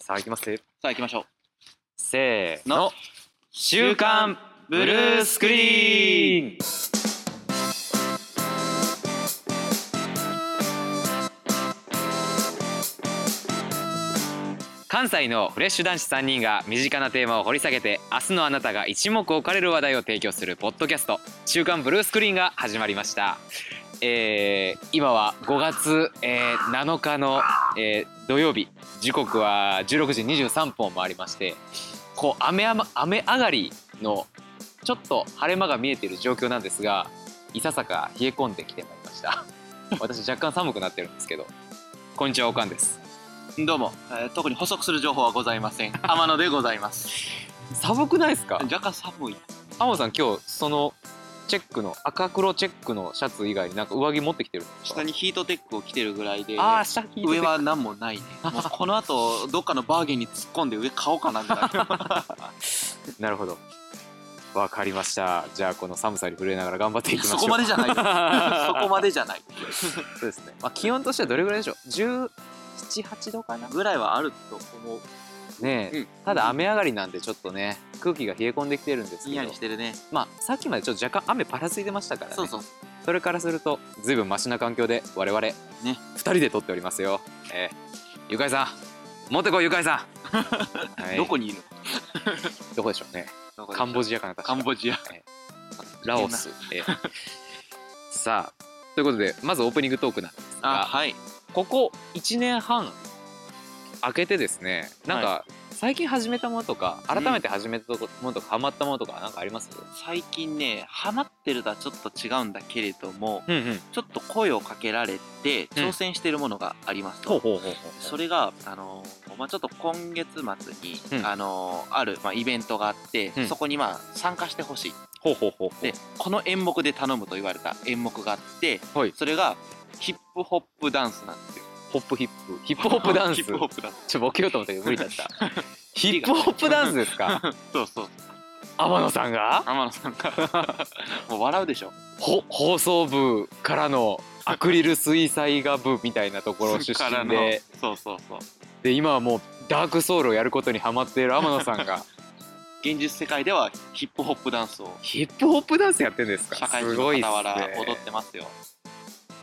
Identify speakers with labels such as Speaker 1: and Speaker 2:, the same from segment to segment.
Speaker 1: さあ行きます
Speaker 2: さあ行きましょう。
Speaker 1: せーの
Speaker 2: の
Speaker 1: 週刊ブルースクリーン関西のフレッシュ男子3人が身近なテーマを掘り下げて明日のあなたが一目置かれる話題を提供するポッドキャスト「週刊ブルースクリーン」が始まりました、えー今は5月、えー7日の、えー土曜日時刻は16時23分を回りましてこう雨あま雨上がりのちょっと晴れ間が見えている状況なんですがいささか冷え込んできてまいりました 私若干寒くなってるんですけどこんにちはおかんです
Speaker 2: どうも、えー特に補足する情報はございませ ん。天野でございます。
Speaker 1: 寒くないですか
Speaker 2: 若干寒い。
Speaker 1: 天野さん今日そのチェックの赤黒チェックのシャツ以外になんか上着持ってきてるんですか
Speaker 2: 下にヒートテックを着てるぐらいで、
Speaker 1: ああ下着
Speaker 2: 上は何もないね。もうこ の後、どっかのバーゲンに突っ込んで上買おうかなみたいな。
Speaker 1: なるほどわかりましたじゃあこの寒さに震えながら頑張っていきましょ
Speaker 2: そうこまでじゃない よ。そこまでじゃない。
Speaker 1: そうですね、まあ、気温としてはどれぐらいでしょう1718度かな
Speaker 2: ぐらいはあると思う。
Speaker 1: ねえ、
Speaker 2: うん
Speaker 1: ただ雨上がりなんでちょっとね空気が冷え込んできてるんです
Speaker 2: ひん
Speaker 1: け
Speaker 2: や
Speaker 1: ど
Speaker 2: りしてるね。
Speaker 1: まあさっきまでちょっと若干雨ぱらついてましたからね
Speaker 2: そうそう。
Speaker 1: それからするとずいぶんマシな環境で我々ね2人で撮っておりますよ、ええゆかいさん持ってこいゆかいさ ん、はい
Speaker 2: どこにいる
Speaker 1: どこでしょうね
Speaker 2: の
Speaker 1: カンボ
Speaker 2: ジ
Speaker 1: ジアかな確
Speaker 2: カ
Speaker 1: か
Speaker 2: ンボジア。
Speaker 1: ラオス、ええさあということでまずオープニングトークなんですが
Speaker 2: あ、はい。
Speaker 1: ここ1年半開けてですねなんか最近始めたものとか
Speaker 2: う
Speaker 1: 改
Speaker 2: ん
Speaker 1: めて始めたものとかハマったものとかなんかあります
Speaker 2: 最近ね、ハマってるとはちょっと違うんだけれども、
Speaker 1: うんうん
Speaker 2: ちょっと声をかけられて、挑戦してるものがありますと。
Speaker 1: ほうほうほうほう
Speaker 2: それが、あのーまあ、ちょっと今月末に、
Speaker 1: うん
Speaker 2: あのーある、まあ、イベントがあって、
Speaker 1: うん
Speaker 2: そこに、まあ、参加してほしい
Speaker 1: ほうほうほうほう
Speaker 2: でこの演目で頼むと言われた演目があって、
Speaker 1: はい
Speaker 2: それがヒップホップダンスなんですよ。
Speaker 1: ホップヒップヒップホップダン
Speaker 2: ヒ
Speaker 1: ス
Speaker 2: ップホップダンス。
Speaker 1: ちょボケようと思ったけど無理だった ヒップホップダンスですか
Speaker 2: そうそう。
Speaker 1: 天野さんが
Speaker 2: 天野さ んがもう笑うでしょ。
Speaker 1: ほ放送部からのアクリル水彩画部みたいなところ 出
Speaker 2: から
Speaker 1: 身
Speaker 2: の
Speaker 1: で
Speaker 2: そうそうそう。
Speaker 1: で今はもうダークソウルをやることにハマっている天野さん が
Speaker 2: 現実世界ではヒップホップダンスを
Speaker 1: ヒップホップダンスやってんですか
Speaker 2: 社会人
Speaker 1: す
Speaker 2: の
Speaker 1: ごいっ
Speaker 2: 傍
Speaker 1: す
Speaker 2: ら
Speaker 1: ね
Speaker 2: 踊ってますよ。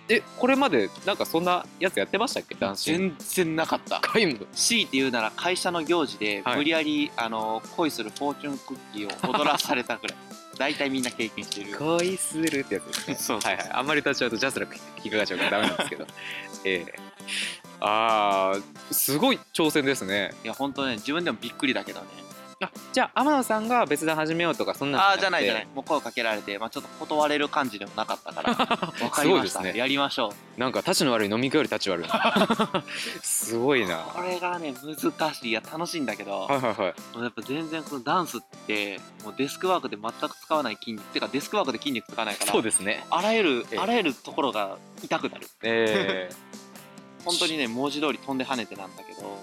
Speaker 1: えこれまでなんかそんなやつやってましたっけ男子
Speaker 2: 全然なかった。
Speaker 1: 皆無
Speaker 2: 強いて言うなら会社の行事で
Speaker 1: はい
Speaker 2: 無理やり、あの恋するフォーチュンクッキーを踊らされたぐらい 大体みんな経験してる
Speaker 1: 恋するってやつですね
Speaker 2: そう
Speaker 1: はいはいあんまり歌っちゃうとジャスラック引っかかっちゃうからダメなんですけ どええあーすごい挑戦ですね
Speaker 2: いや本当ね自分でもびっくりだけどね
Speaker 1: あじゃあ天野さんが別段始めようとかそんな
Speaker 2: ああーじゃないじゃないいもう声かけられて、まあ、ちょっと断れる感じでもなかっ たからわかりました、
Speaker 1: すごいですね
Speaker 2: やりましょう
Speaker 1: なんか立ちの悪い飲み会より立ち悪いな すごいな
Speaker 2: これがね難しいいや楽しいんだけど、
Speaker 1: はいはいはい
Speaker 2: もうやっぱ全然このダンスってもうデスクワークで全く使わない筋肉てかデスクワークで筋肉使わないから
Speaker 1: そうですね
Speaker 2: あらゆる、
Speaker 1: ええ
Speaker 2: あらゆるところが痛くなる
Speaker 1: え
Speaker 2: 本当にね文字通り飛んで跳ねてなんだけど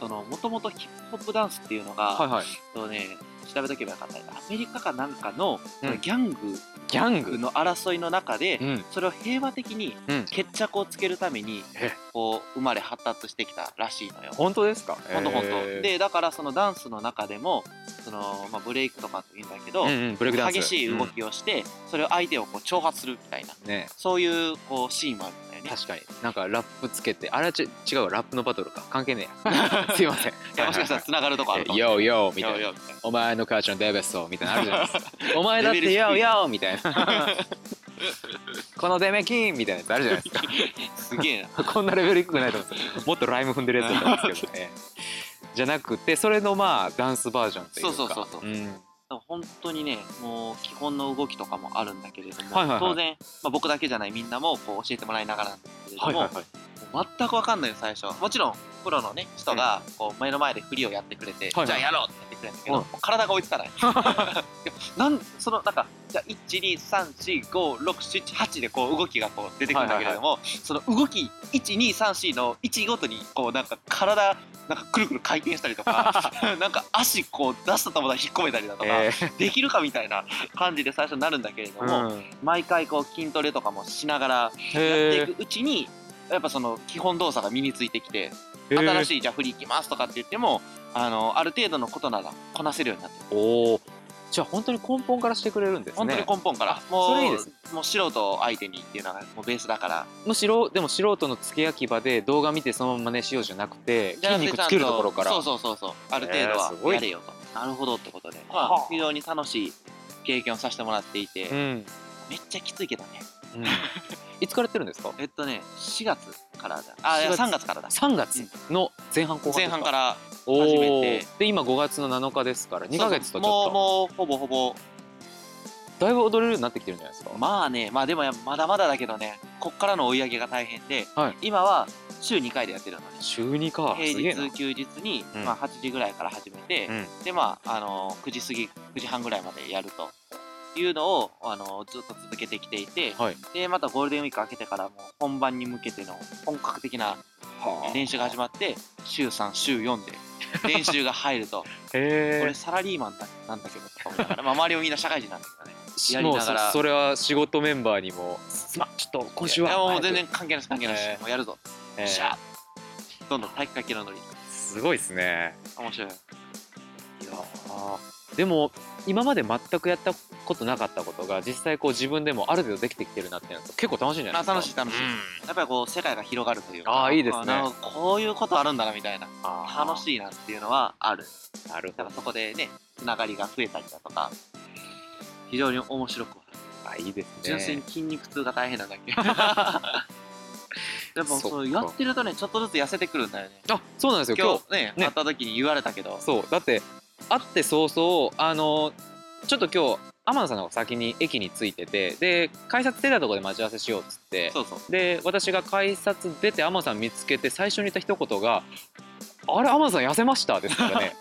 Speaker 2: そのもともとヒップホップダンスっていうのが、
Speaker 1: え はいはい
Speaker 2: えっとね調べとけばよかったアメリカかなんかの、
Speaker 1: うん
Speaker 2: ギャン
Speaker 1: ギャン
Speaker 2: グ
Speaker 1: グ
Speaker 2: の争いの中で、
Speaker 1: うん
Speaker 2: それを平和的に
Speaker 1: うん
Speaker 2: 決着をつけるために、
Speaker 1: え
Speaker 2: こう生まれ発達してきたらしいのよ。
Speaker 1: 本当ですか
Speaker 2: ほんとほんと
Speaker 1: ええ
Speaker 2: でだからそのダンスの中でもその、まあ、ブレイクとかって言うんだけど、
Speaker 1: うんうんブレイクダンス
Speaker 2: 激しい動
Speaker 1: う
Speaker 2: きをして、それを相手をこう挑発するみたいなん
Speaker 1: ねえ
Speaker 2: そういうこうシーンもあるんだよね。
Speaker 1: 確かになんかラップつけてあれはち違うわラップのバトルか関係ねえ やすいません
Speaker 2: いやもしかしたら繋がるとこあるかもしれない
Speaker 1: ヨーヨーみた
Speaker 2: い
Speaker 1: い
Speaker 2: や
Speaker 1: ない
Speaker 2: やみたいな
Speaker 1: お前の母ちゃんデベッソーみたいなのあるじゃないです かお前だって
Speaker 2: レベル低い
Speaker 1: ヨーヨーみたい なこのデメキンみたいなやつあるじゃないですか
Speaker 2: すげ えな。
Speaker 1: こんなレベル低くないと思うんですよもっとライム踏んでるやつだったんですけどねじゃなくてそれのまあダンスバージョンというか
Speaker 2: そうそうそうそうんだから本当にねもう基本の動きとかもあるんだけれども、
Speaker 1: はいはいはい
Speaker 2: 当然、まあ、僕だけじゃないみんなもこう教えてもらいながらなんですけれども、
Speaker 1: はい
Speaker 2: もう全く分かんないよ最初もちろんプロのね人がこう目の前で振りをやってくれて、
Speaker 1: はいはい
Speaker 2: じゃあやろうって言ってくれるんだけど、
Speaker 1: うん
Speaker 2: もう体が追い つかないいやなんそのなんかじゃあ12345678でこう動きがこう出てくるんだけれども、その動き1234の1ごとにこうなんか体なんかくるくる回転したりと かなんか足こう出したと思ったら引っ込めたりだとか、
Speaker 1: え
Speaker 2: できるかみたいな感じで最初になるんだけれど
Speaker 1: ー
Speaker 2: も、
Speaker 1: うん
Speaker 2: 毎回こう筋トレとかもしながらやって
Speaker 1: へ
Speaker 2: いくうちに、やっぱその基本動作が身についてきて
Speaker 1: へー
Speaker 2: 新しいじゃあ振り行きますとかって言ってもあのある程度のことならこなせるようになってる、
Speaker 1: おおじゃあ本当に根本からしてくれるんですね
Speaker 2: 本当に根本から
Speaker 1: あ
Speaker 2: もう
Speaker 1: それいいですね
Speaker 2: もう素人相手にっていうのがもうベースだから
Speaker 1: むしろでも素人の付け焼き場で動画見てそのまま真似しようじゃなくて
Speaker 2: じゃなく
Speaker 1: 筋
Speaker 2: て
Speaker 1: 肉つけるところから
Speaker 2: ちゃんとそうそうそうそうある程度
Speaker 1: えーすご
Speaker 2: はいやれよと、なるほどってことで、ま
Speaker 1: はあ
Speaker 2: あ、非常に楽しい経験をさせてもらっていて、
Speaker 1: うん、うん、
Speaker 2: めっちゃきついけどね
Speaker 1: いつからやってるんですか
Speaker 2: えっとね4月からだあい
Speaker 1: 4
Speaker 2: や
Speaker 1: 月
Speaker 2: 3月からだ
Speaker 1: 3月の前半後半
Speaker 2: 前半から
Speaker 1: お
Speaker 2: 初
Speaker 1: お
Speaker 2: め
Speaker 1: で
Speaker 2: て
Speaker 1: 今5月の7日ですから2ヶ月とちょっと
Speaker 2: そうそうもうもうほぼほぼ
Speaker 1: だいぶ踊れるようになってきてるんじゃないですか、
Speaker 2: まあねまあでもやまだまだだけどねこっからの追い上げが大変で、
Speaker 1: はい
Speaker 2: 今は週2回でやってるので
Speaker 1: 週2かすげえ
Speaker 2: 平
Speaker 1: な
Speaker 2: 日休日に、
Speaker 1: うん
Speaker 2: まあ、8時ぐらいから始めて、
Speaker 1: う
Speaker 2: でまあ、あの9時過ぎ9時半ぐらいまでやるというのを、あのずっと続けてきていて、
Speaker 1: はい
Speaker 2: でまたゴールデンウィーク明けてからもう本番に向けての本格的な練習が始まって週3週4で練習が入ると
Speaker 1: へ
Speaker 2: 俺サラリーマンだなんだけどとか思いながら、まあ、周りもみんな社会人なんだけどね
Speaker 1: え
Speaker 2: やり
Speaker 1: もう
Speaker 2: なが
Speaker 1: そ
Speaker 2: ら
Speaker 1: それは仕事メンバーにもすまんちょっと今週はい
Speaker 2: やもう全
Speaker 1: 早
Speaker 2: 然関係ないです関係ないです、
Speaker 1: えー
Speaker 2: もうやるぞ、
Speaker 1: くえー
Speaker 2: シャーどんどん体育会系のノリ
Speaker 1: すごいですね
Speaker 2: 面白い
Speaker 1: いやーでも今まで全くやったことなかったことが実際こう自分でもある程度できてきてるなってなると結構楽しいんじゃないですか
Speaker 2: あ楽しい楽し
Speaker 1: う
Speaker 2: い
Speaker 1: ん
Speaker 2: やっぱりこう世界が広がるというか
Speaker 1: あーいいですね
Speaker 2: あなんかこういうことあるんだなみたいな
Speaker 1: あ
Speaker 2: 楽しいなっていうのはある
Speaker 1: いなるほ
Speaker 2: だから
Speaker 1: ど
Speaker 2: そこでねつながりが増えたりだとか非常に面白くはある
Speaker 1: あいいですね
Speaker 2: 純粋に筋肉痛が大変なんだけ どやっぱ
Speaker 1: そ
Speaker 2: そ
Speaker 1: っ
Speaker 2: う
Speaker 1: か
Speaker 2: やってるとねちょっとずつ痩せてくるんだよね
Speaker 1: あそうなんですよ今
Speaker 2: 今
Speaker 1: 日
Speaker 2: 日ね
Speaker 1: ね
Speaker 2: 会った時に言われたけど
Speaker 1: そうだって会って早々あのちょっと今日天野さんの方が先に駅に着いててで改札出たところで待ち合わせしようっつって
Speaker 2: そうそう
Speaker 1: で私が改札出て天野さん見つけて最初に言った一言が「あれ天野さん痩せました」ですからね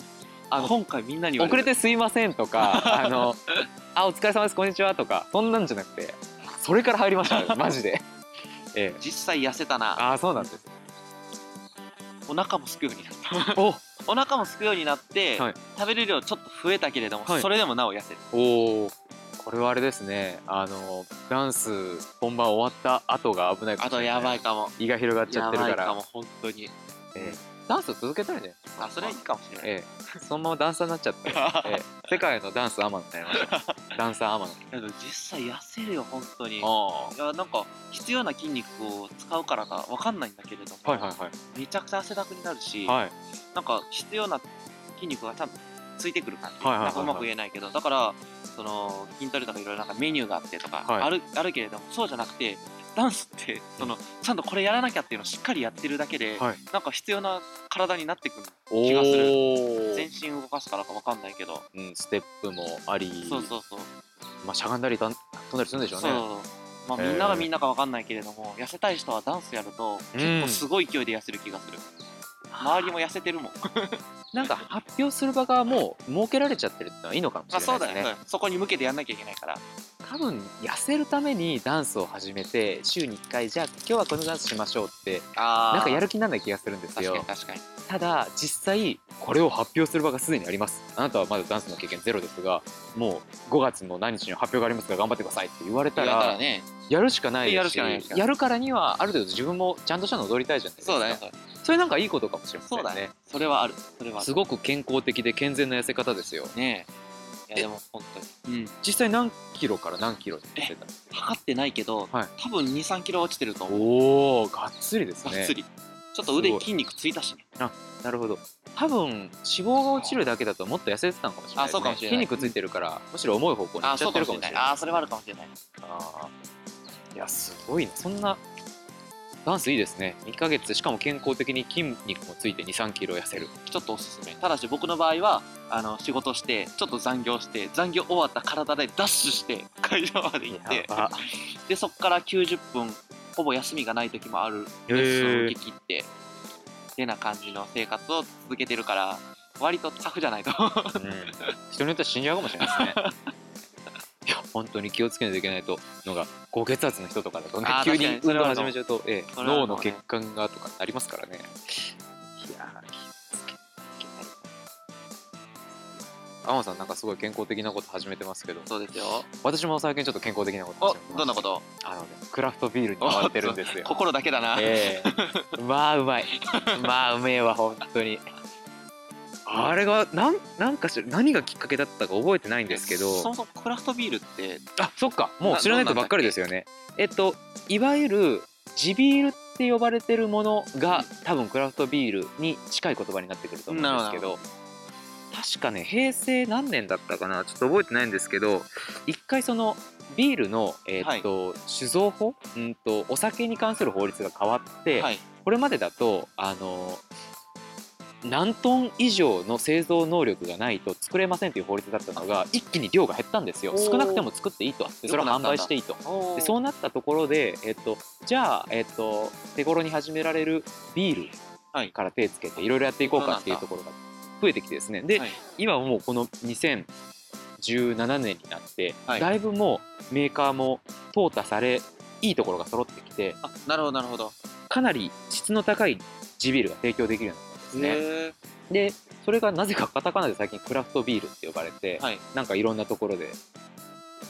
Speaker 2: あの今回みんなに
Speaker 1: 「
Speaker 2: 言わ
Speaker 1: 遅
Speaker 2: れ
Speaker 1: れ
Speaker 2: て
Speaker 1: てすいません」と か「あのあお疲れ様ですこんにちは」とかそんなんじゃなくてそれから入りましたねマジ で。ええ
Speaker 2: 実際痩せたな
Speaker 1: ああそうなんです。
Speaker 2: お腹もすくようになった
Speaker 1: お
Speaker 2: お腹もすくようになって、
Speaker 1: はい
Speaker 2: 食べる量ちょっと増えたけれども、
Speaker 1: はい
Speaker 2: それでもなお痩せる
Speaker 1: おおこれはあれですねあのダンス本番終わった後が危ないか
Speaker 2: あ
Speaker 1: もし
Speaker 2: と
Speaker 1: れない
Speaker 2: やばいかも
Speaker 1: 胃が広がっちゃ
Speaker 2: や
Speaker 1: ってる
Speaker 2: ば
Speaker 1: か
Speaker 2: いからも本当に
Speaker 1: ええダンスを続けたいね
Speaker 2: あそれはいいかもしれない、
Speaker 1: ええそのままダンサーになっちゃって、ええ世界のダンスアマになりま したダンサーアマの
Speaker 2: けど実際痩せるよ本当にい
Speaker 1: あ
Speaker 2: やなんか必要な筋肉を使うからかわかんないんだけれども、
Speaker 1: あはいはいは
Speaker 2: めちゃくちゃ汗だくになるし、
Speaker 1: いはい
Speaker 2: なんか必要な筋肉が多分ついてくる感じ、
Speaker 1: はいはいはいはい
Speaker 2: なんかうまく言えないけどだからその筋トレとかいろいろなんかメニューがあってとか
Speaker 1: はい
Speaker 2: ある,、あるけれどもそうじゃなくてダンスってそのちゃんとこれやらなきゃっていうのをしっかりやってるだけで、
Speaker 1: はい
Speaker 2: なんか必要な体になってくる
Speaker 1: お
Speaker 2: 気がする
Speaker 1: お
Speaker 2: 全身動かすからかわかんないけど、
Speaker 1: うん、ステップもあり
Speaker 2: そうそうそう
Speaker 1: まあ、しゃがんだりたん飛んだりするんでしょう
Speaker 2: そう
Speaker 1: ね
Speaker 2: まあ、
Speaker 1: えー
Speaker 2: みんながみんなかわかんないけれども、痩せたい人はダンスやると
Speaker 1: うん
Speaker 2: 結構すごい勢いで痩せる気がする、周りも痩せてるもん
Speaker 1: なんか発表する場がもう設けられちゃってるってのはいいのかもしれ
Speaker 2: あ
Speaker 1: な
Speaker 2: そう
Speaker 1: いで
Speaker 2: だ
Speaker 1: す
Speaker 2: よ
Speaker 1: ね
Speaker 2: ねそこに向けてやんなきゃいけないから
Speaker 1: 多分痩せるためにダンスを始めて週に1回じゃあ今日はこのダンスしましょうって
Speaker 2: あ
Speaker 1: なんかや
Speaker 2: る
Speaker 1: る気にならない気がするんです
Speaker 2: 確か
Speaker 1: よ
Speaker 2: に確かに
Speaker 1: ただ実際これを発表する場がすでにありますあなたはまだダンスの経験ゼロですがもう5月の何日に発表がありますから頑張ってくださいって言われた
Speaker 2: だ
Speaker 1: ら
Speaker 2: からね
Speaker 1: やるしかない
Speaker 2: や
Speaker 1: で
Speaker 2: る
Speaker 1: す
Speaker 2: し
Speaker 1: し
Speaker 2: かないですから
Speaker 1: やるからにはある程度自分もちゃんとしたのを踊りたいじゃないですか
Speaker 2: そうだね
Speaker 1: それなんかいいことかもしれません
Speaker 2: そう
Speaker 1: ね
Speaker 2: だねそれはあるそれはあ
Speaker 1: す
Speaker 2: る
Speaker 1: ごく健康的で健全な痩せ方ですよ
Speaker 2: ねえい
Speaker 1: え
Speaker 2: やでも本当に、うん、
Speaker 1: 実際何キロから何キロって言ってた
Speaker 2: 測ってないけど、
Speaker 1: はい
Speaker 2: 多分23キロ落ちてると思う
Speaker 1: おおがっつりです
Speaker 2: が
Speaker 1: ね
Speaker 2: っつり、ちょっと腕
Speaker 1: すごい
Speaker 2: 筋肉ついたしね
Speaker 1: なるほど多分脂肪が落ちるだけだともっと痩せてたのかもしれない,、
Speaker 2: あそうかもしれない
Speaker 1: 筋肉ついてるからむしろ重い方向に行
Speaker 2: あ
Speaker 1: っちゃ
Speaker 2: そ
Speaker 1: っ
Speaker 2: う
Speaker 1: て
Speaker 2: か
Speaker 1: る
Speaker 2: も
Speaker 1: かも
Speaker 2: し
Speaker 1: し
Speaker 2: れ
Speaker 1: れ
Speaker 2: な
Speaker 1: ないい
Speaker 2: あそれはあるかもしれない
Speaker 1: あーいやすごいなそんなダンスいいですね2ヶ月しかも健康的に筋肉もついて2 3キロ痩せる
Speaker 2: ちょっとおすすめただし僕の場合はあの仕事してちょっと残業して残業終わった体でダッシュして会場まで行って
Speaker 1: ば
Speaker 2: でそこから90分ほぼ休みがない時もあるレッスンを受け切っててな感じの生活を続けてるから割とタフじゃないと
Speaker 1: 人によっては死んじゃうかもしれないです ねいや本当に気をつけないといけないとのが高血圧の人とかだとね
Speaker 2: あー
Speaker 1: 急に
Speaker 2: 確
Speaker 1: 運
Speaker 2: かにそれ
Speaker 1: 動
Speaker 2: はある
Speaker 1: 始めちゃうと、ええ
Speaker 2: それは
Speaker 1: 脳の
Speaker 2: あるかもね
Speaker 1: 血管がとかなりますからねいやー気をつけなきゃいけない天野さんなんかすごい健康的なこと始めてますけど
Speaker 2: そうですよ
Speaker 1: 私も最近ちょっと健康的なこと
Speaker 2: お
Speaker 1: 始めてます
Speaker 2: どんなこと
Speaker 1: あのねクラフトビールにハマってるんですよ
Speaker 2: 心だけだな、
Speaker 1: ええまあうまいまあうめえわ本当にあれがなんなんかし何がきっかけだったか覚えてないんですけど
Speaker 2: そもそもクラフトビールって
Speaker 1: あそっかもう知らないことばっかりですよねえっといわゆる地ビールって呼ばれてるものが多分クラフトビールに近い言葉になってくると思うんですけ
Speaker 2: なる
Speaker 1: ど確かね平成何年だったかなちょっと覚えてないんですけど一回そのビールの、えっと酒造法、うん、とお酒に関する法律が変わって、
Speaker 2: はい
Speaker 1: これまでだとあの何トン以上の製造能力がないと作れませんという法律だったのが一気に量が減ったんですよ
Speaker 2: おー
Speaker 1: 少なくても作っていいとでそれを販売していいとでそうなったところで、えっと、じゃあ、えっと、手頃に始められるビー
Speaker 2: はい
Speaker 1: ルから手つけていろいろやっていこうかっていうところが増えてきてですねで、
Speaker 2: はい
Speaker 1: 今もうこの2017年になって、
Speaker 2: はい
Speaker 1: だいぶもうメーカーも淘汰されいいところが揃ってきて
Speaker 2: あなるほどなるほど
Speaker 1: かなり質の高い地ビールが提供できるようになったんですね。
Speaker 2: へ
Speaker 1: でそれがなぜかカタカナで最近クラフトビールって呼ばれて、
Speaker 2: えはい
Speaker 1: なんかいろんなところで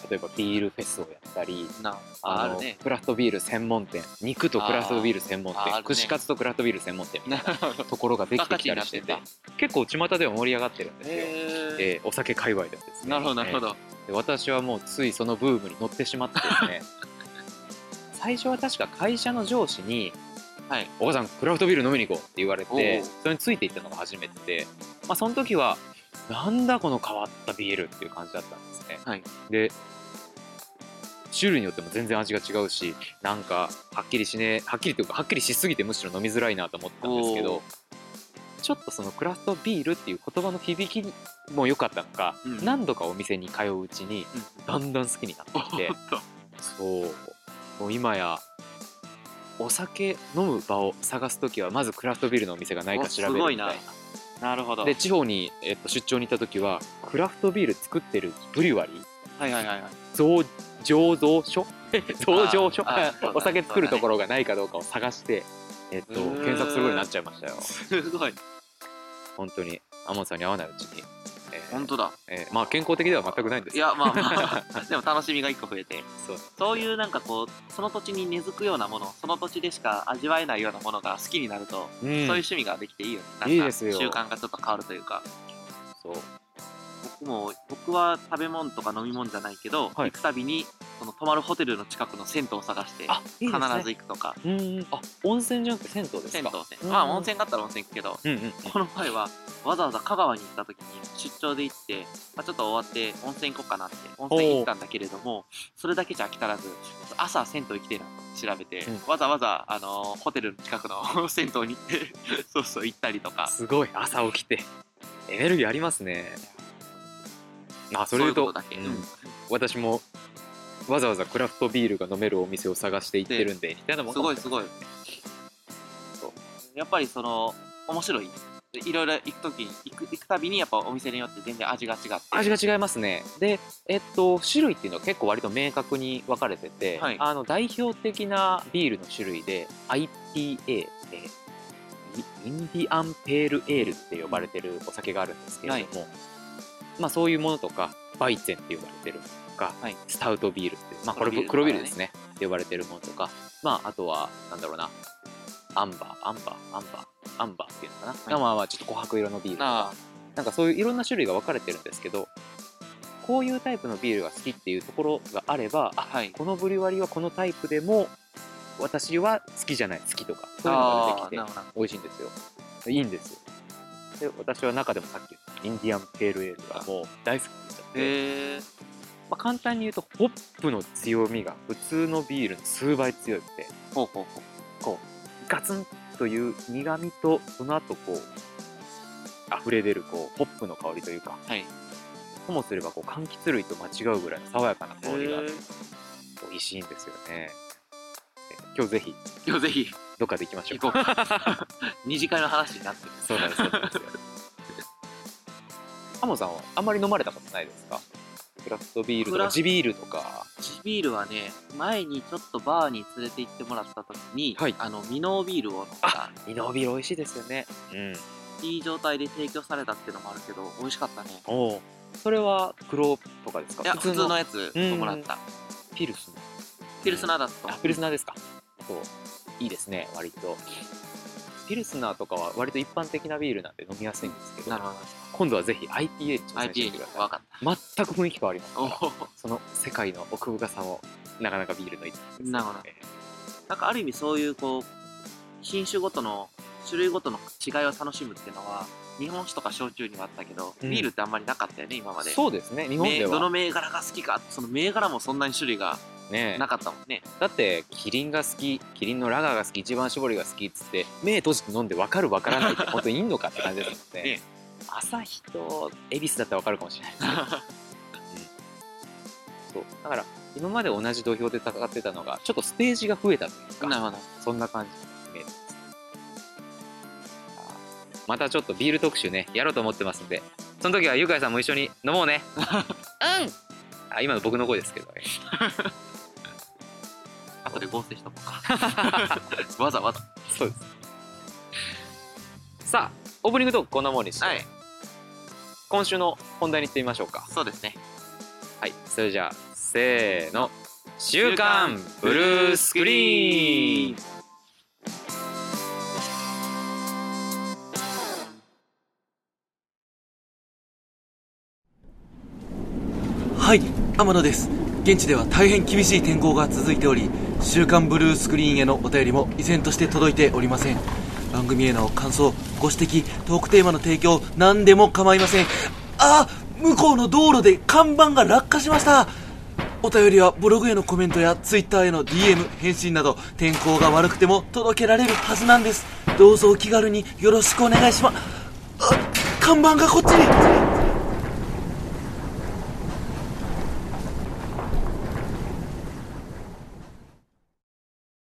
Speaker 1: 例えばビールフェスをやったり
Speaker 2: なあ
Speaker 1: あ
Speaker 2: あ
Speaker 1: の
Speaker 2: るね
Speaker 1: クラフトビール専門店肉とクラフトビール専門
Speaker 2: あーあ
Speaker 1: 店
Speaker 2: るね
Speaker 1: 串カツとクラフトビール専門店みた
Speaker 2: ないるほど
Speaker 1: なところができてきたりしてて
Speaker 2: バカ
Speaker 1: 結構巷では盛り上がってるんですよ、
Speaker 2: へ
Speaker 1: え
Speaker 2: え
Speaker 1: ーお酒界隈ではですね
Speaker 2: なるほどなるほど、
Speaker 1: で私はもうついそのブームに乗ってしまってです ね最初は確か会社の上司に「
Speaker 2: はい
Speaker 1: お母さんクラフトビール飲みに行こう」って言われ
Speaker 2: お
Speaker 1: て
Speaker 2: う
Speaker 1: それについていったのが初めてで、まあ、その時は「なんだこの変わったビール」っていう感じだったんですね、
Speaker 2: はい
Speaker 1: で種類によっても全然味が違うしなんかはっきりしねはっきりというかはっきりしすぎてむしろ飲みづらいなと思ったんですけ
Speaker 2: お
Speaker 1: どちょっとそのクラフトビールっていう言葉の響きも良かったのか、
Speaker 2: うん
Speaker 1: 何度かお店に通ううちにだんだん好きになってきて
Speaker 2: おっと
Speaker 1: そうもう今やお酒飲む場を探す時はまずクラフトビールのお店がないか調べるみたいな
Speaker 2: おすごいなるほど
Speaker 1: で地方に、えっと、出張に行った時はクラフトビール作ってるブリュワリー
Speaker 2: はいはいはいはい
Speaker 1: 造醸造所 造醸所
Speaker 2: あーあーそうだね
Speaker 1: お酒作るところがないかどうかを探して、えっと、
Speaker 2: うーん
Speaker 1: 検索するようになっちゃいましたよ
Speaker 2: すごい
Speaker 1: 本当に天野さんに会わないうちに、えー
Speaker 2: 本当だ
Speaker 1: えーまあ健康的では全くないんです
Speaker 2: いやまあまあ でも楽しみが一個増えて
Speaker 1: そう
Speaker 2: そういうなんかこうその土地に根付くようなものその土地でしか味わえないようなものが好きになると、
Speaker 1: うん
Speaker 2: そういう趣味ができていいよねなんか
Speaker 1: いいですよ
Speaker 2: 習慣がちょっと変わるというか
Speaker 1: そう
Speaker 2: 僕も僕は食べ物とか飲み物じゃないけど、
Speaker 1: はい
Speaker 2: 行くたびにその泊まるホテルの近くの銭湯を探して
Speaker 1: あいいで
Speaker 2: 必
Speaker 1: すね
Speaker 2: ず行くとか
Speaker 1: うんあ温泉じゃなくて銭湯です
Speaker 2: 銭
Speaker 1: か
Speaker 2: 湯銭
Speaker 1: うん
Speaker 2: まあ温泉があったら温泉行くけど
Speaker 1: うんうん
Speaker 2: この前はわざわざ香川に行った時に出張で行って、まあ、ちょっと終わって温泉行こうかなって温泉行ったんだけれどもそれだけじゃ飽き足らず朝銭湯行きてえなと調べて、
Speaker 1: うん
Speaker 2: わざわざ、あのーホテルの近くの 銭湯に行ってそうそう行ったりとか
Speaker 1: すごい朝起きてエネルギーありますねあそれ言うと
Speaker 2: そういうことだけ、
Speaker 1: うん私もわざわざクラフトビールが飲めるお店を探して行ってるんでみたいなもん
Speaker 2: すごいすごいやっぱりその面白いでいろいろ行く時に行く行くたびにやっぱお店によって全然味が違って
Speaker 1: 味が違いますねでえっと種類っていうのは結構割と明確に分かれてて、
Speaker 2: はい
Speaker 1: あの代表的なビールの種類で IPA えイインディアンペールエールって呼ばれてるお酒があるんですけれども、まあそういうものとかバイツェンって呼ばれてるものとか、
Speaker 2: はい
Speaker 1: スタウトビールっていう、まあ、これ
Speaker 2: 黒ビール
Speaker 1: 黒ビールですねって呼ばれてるものとかまああとはなんだろうなアンバーアンバーアンバーアンバーっていうのかな、
Speaker 2: い
Speaker 1: まあまあちょっと琥珀色のビールとか
Speaker 2: なあ
Speaker 1: なんかそういういろんな種類が分かれてるんですけどこういうタイプのビールが好きっていうところがあればあ
Speaker 2: はい
Speaker 1: このブリュワリーはこのタイプでも私は好きじゃない好きとかそういうのが出てき
Speaker 2: あーな
Speaker 1: て
Speaker 2: るほど
Speaker 1: 美味しいんですよいいんですよで私は中でもさっき言ったインディアンペールエールがもう大好きになっちゃって、
Speaker 2: へえ
Speaker 1: まあ、簡単に言うとホップの強みが普通のビールの数倍強くて
Speaker 2: ほうほうほう
Speaker 1: ガツンという苦味とその後こう溢れ出るこうホップの香りというか
Speaker 2: はい
Speaker 1: ともすればこう柑橘類と間違うぐらいの爽やかな香りが
Speaker 2: へえ
Speaker 1: 美味しいんですよね。え今日ぜひ
Speaker 2: 今日ぜひ
Speaker 1: どっかで行きましょう。
Speaker 2: 行 こうか二次会の話になってる
Speaker 1: そうなんですそうなん ですよ。ハモさんはあんまり飲まれたことないですか？クラフトビールと
Speaker 2: ク
Speaker 1: か
Speaker 2: ラ
Speaker 1: 地ビールとか。
Speaker 2: 地ビールはね前にちょっとバーに連れて行ってもらった時に、
Speaker 1: はい
Speaker 2: あのミノービールを飲んだ
Speaker 1: ミノービール美味しいですよね。うん。
Speaker 2: いい状態で提供されたっていうのもあるけど美味しかったね
Speaker 1: おおそれは黒とかですか
Speaker 2: いや普通のやつをもらった
Speaker 1: ピルス
Speaker 2: ピルスナーだった
Speaker 1: あピルスナーですかそういいですね割とピルスナーとかは割と一般的なビールなんで飲みやすいんですけど
Speaker 2: なるほ
Speaker 1: 今度はぜひ IPA に挑戦し
Speaker 2: ど
Speaker 1: てみ
Speaker 2: IPA
Speaker 1: て
Speaker 2: に
Speaker 1: くだ
Speaker 2: 分
Speaker 1: さい
Speaker 2: かっ
Speaker 1: 全く雰囲気変わります
Speaker 2: た
Speaker 1: か
Speaker 2: お
Speaker 1: ら
Speaker 2: お
Speaker 1: その世界の奥深さもなかなかビールの一つです
Speaker 2: なるほど
Speaker 1: え
Speaker 2: なんかある意味そういうこう品種ごとの種類ごとの違いを楽しむっていうのは日本酒とか焼酎にはあったけど、
Speaker 1: うん
Speaker 2: ビールってあんまりなかったよね今ま
Speaker 1: ー
Speaker 2: で
Speaker 1: そうですね日本で
Speaker 2: 銘どの
Speaker 1: は
Speaker 2: 銘柄が好きかその銘柄もそんなに種類が
Speaker 1: ね
Speaker 2: なかったもんね
Speaker 1: だってキリンが好きキリンのラガーが好き一番搾りが好きっつって目閉じて飲んで分かる分からないって本当にいいのかって感じです もんね
Speaker 2: ね
Speaker 1: 朝日と恵比寿だったら分かるかもしれないです けどそうだから今まで同じ土俵で戦ってたのがちょっとステージが増えたというか
Speaker 2: なるほど
Speaker 1: そんな感じのイメージですまたちょっとビール特集ねやろうと思ってますんでその時はゆかいさんも一緒に飲もうねうんあ今の僕の声ですけどね
Speaker 2: 後で合成しとこ うかわざわざ
Speaker 1: そうです。さあ、オープニングトークこんなもんにして、
Speaker 2: はい
Speaker 1: 今週の本題に行ってみましょうか。
Speaker 2: そうですね
Speaker 1: はい、それじゃあ、せーの。週刊ブルースクリーン
Speaker 3: はい天野です現地では大変厳しい天候が続いており「週刊ブルースクリーン」へのお便りも依然として届いておりません番組への感想ご指摘トークテーマの提供何でも構いませんあ向こうの道路で看板が落下しましたお便りはブログへのコメントやツイッターへの DM 返信など天候が悪くても届けられるはずなんですどうぞお気軽によろしくお願いしまあ看板がこっちに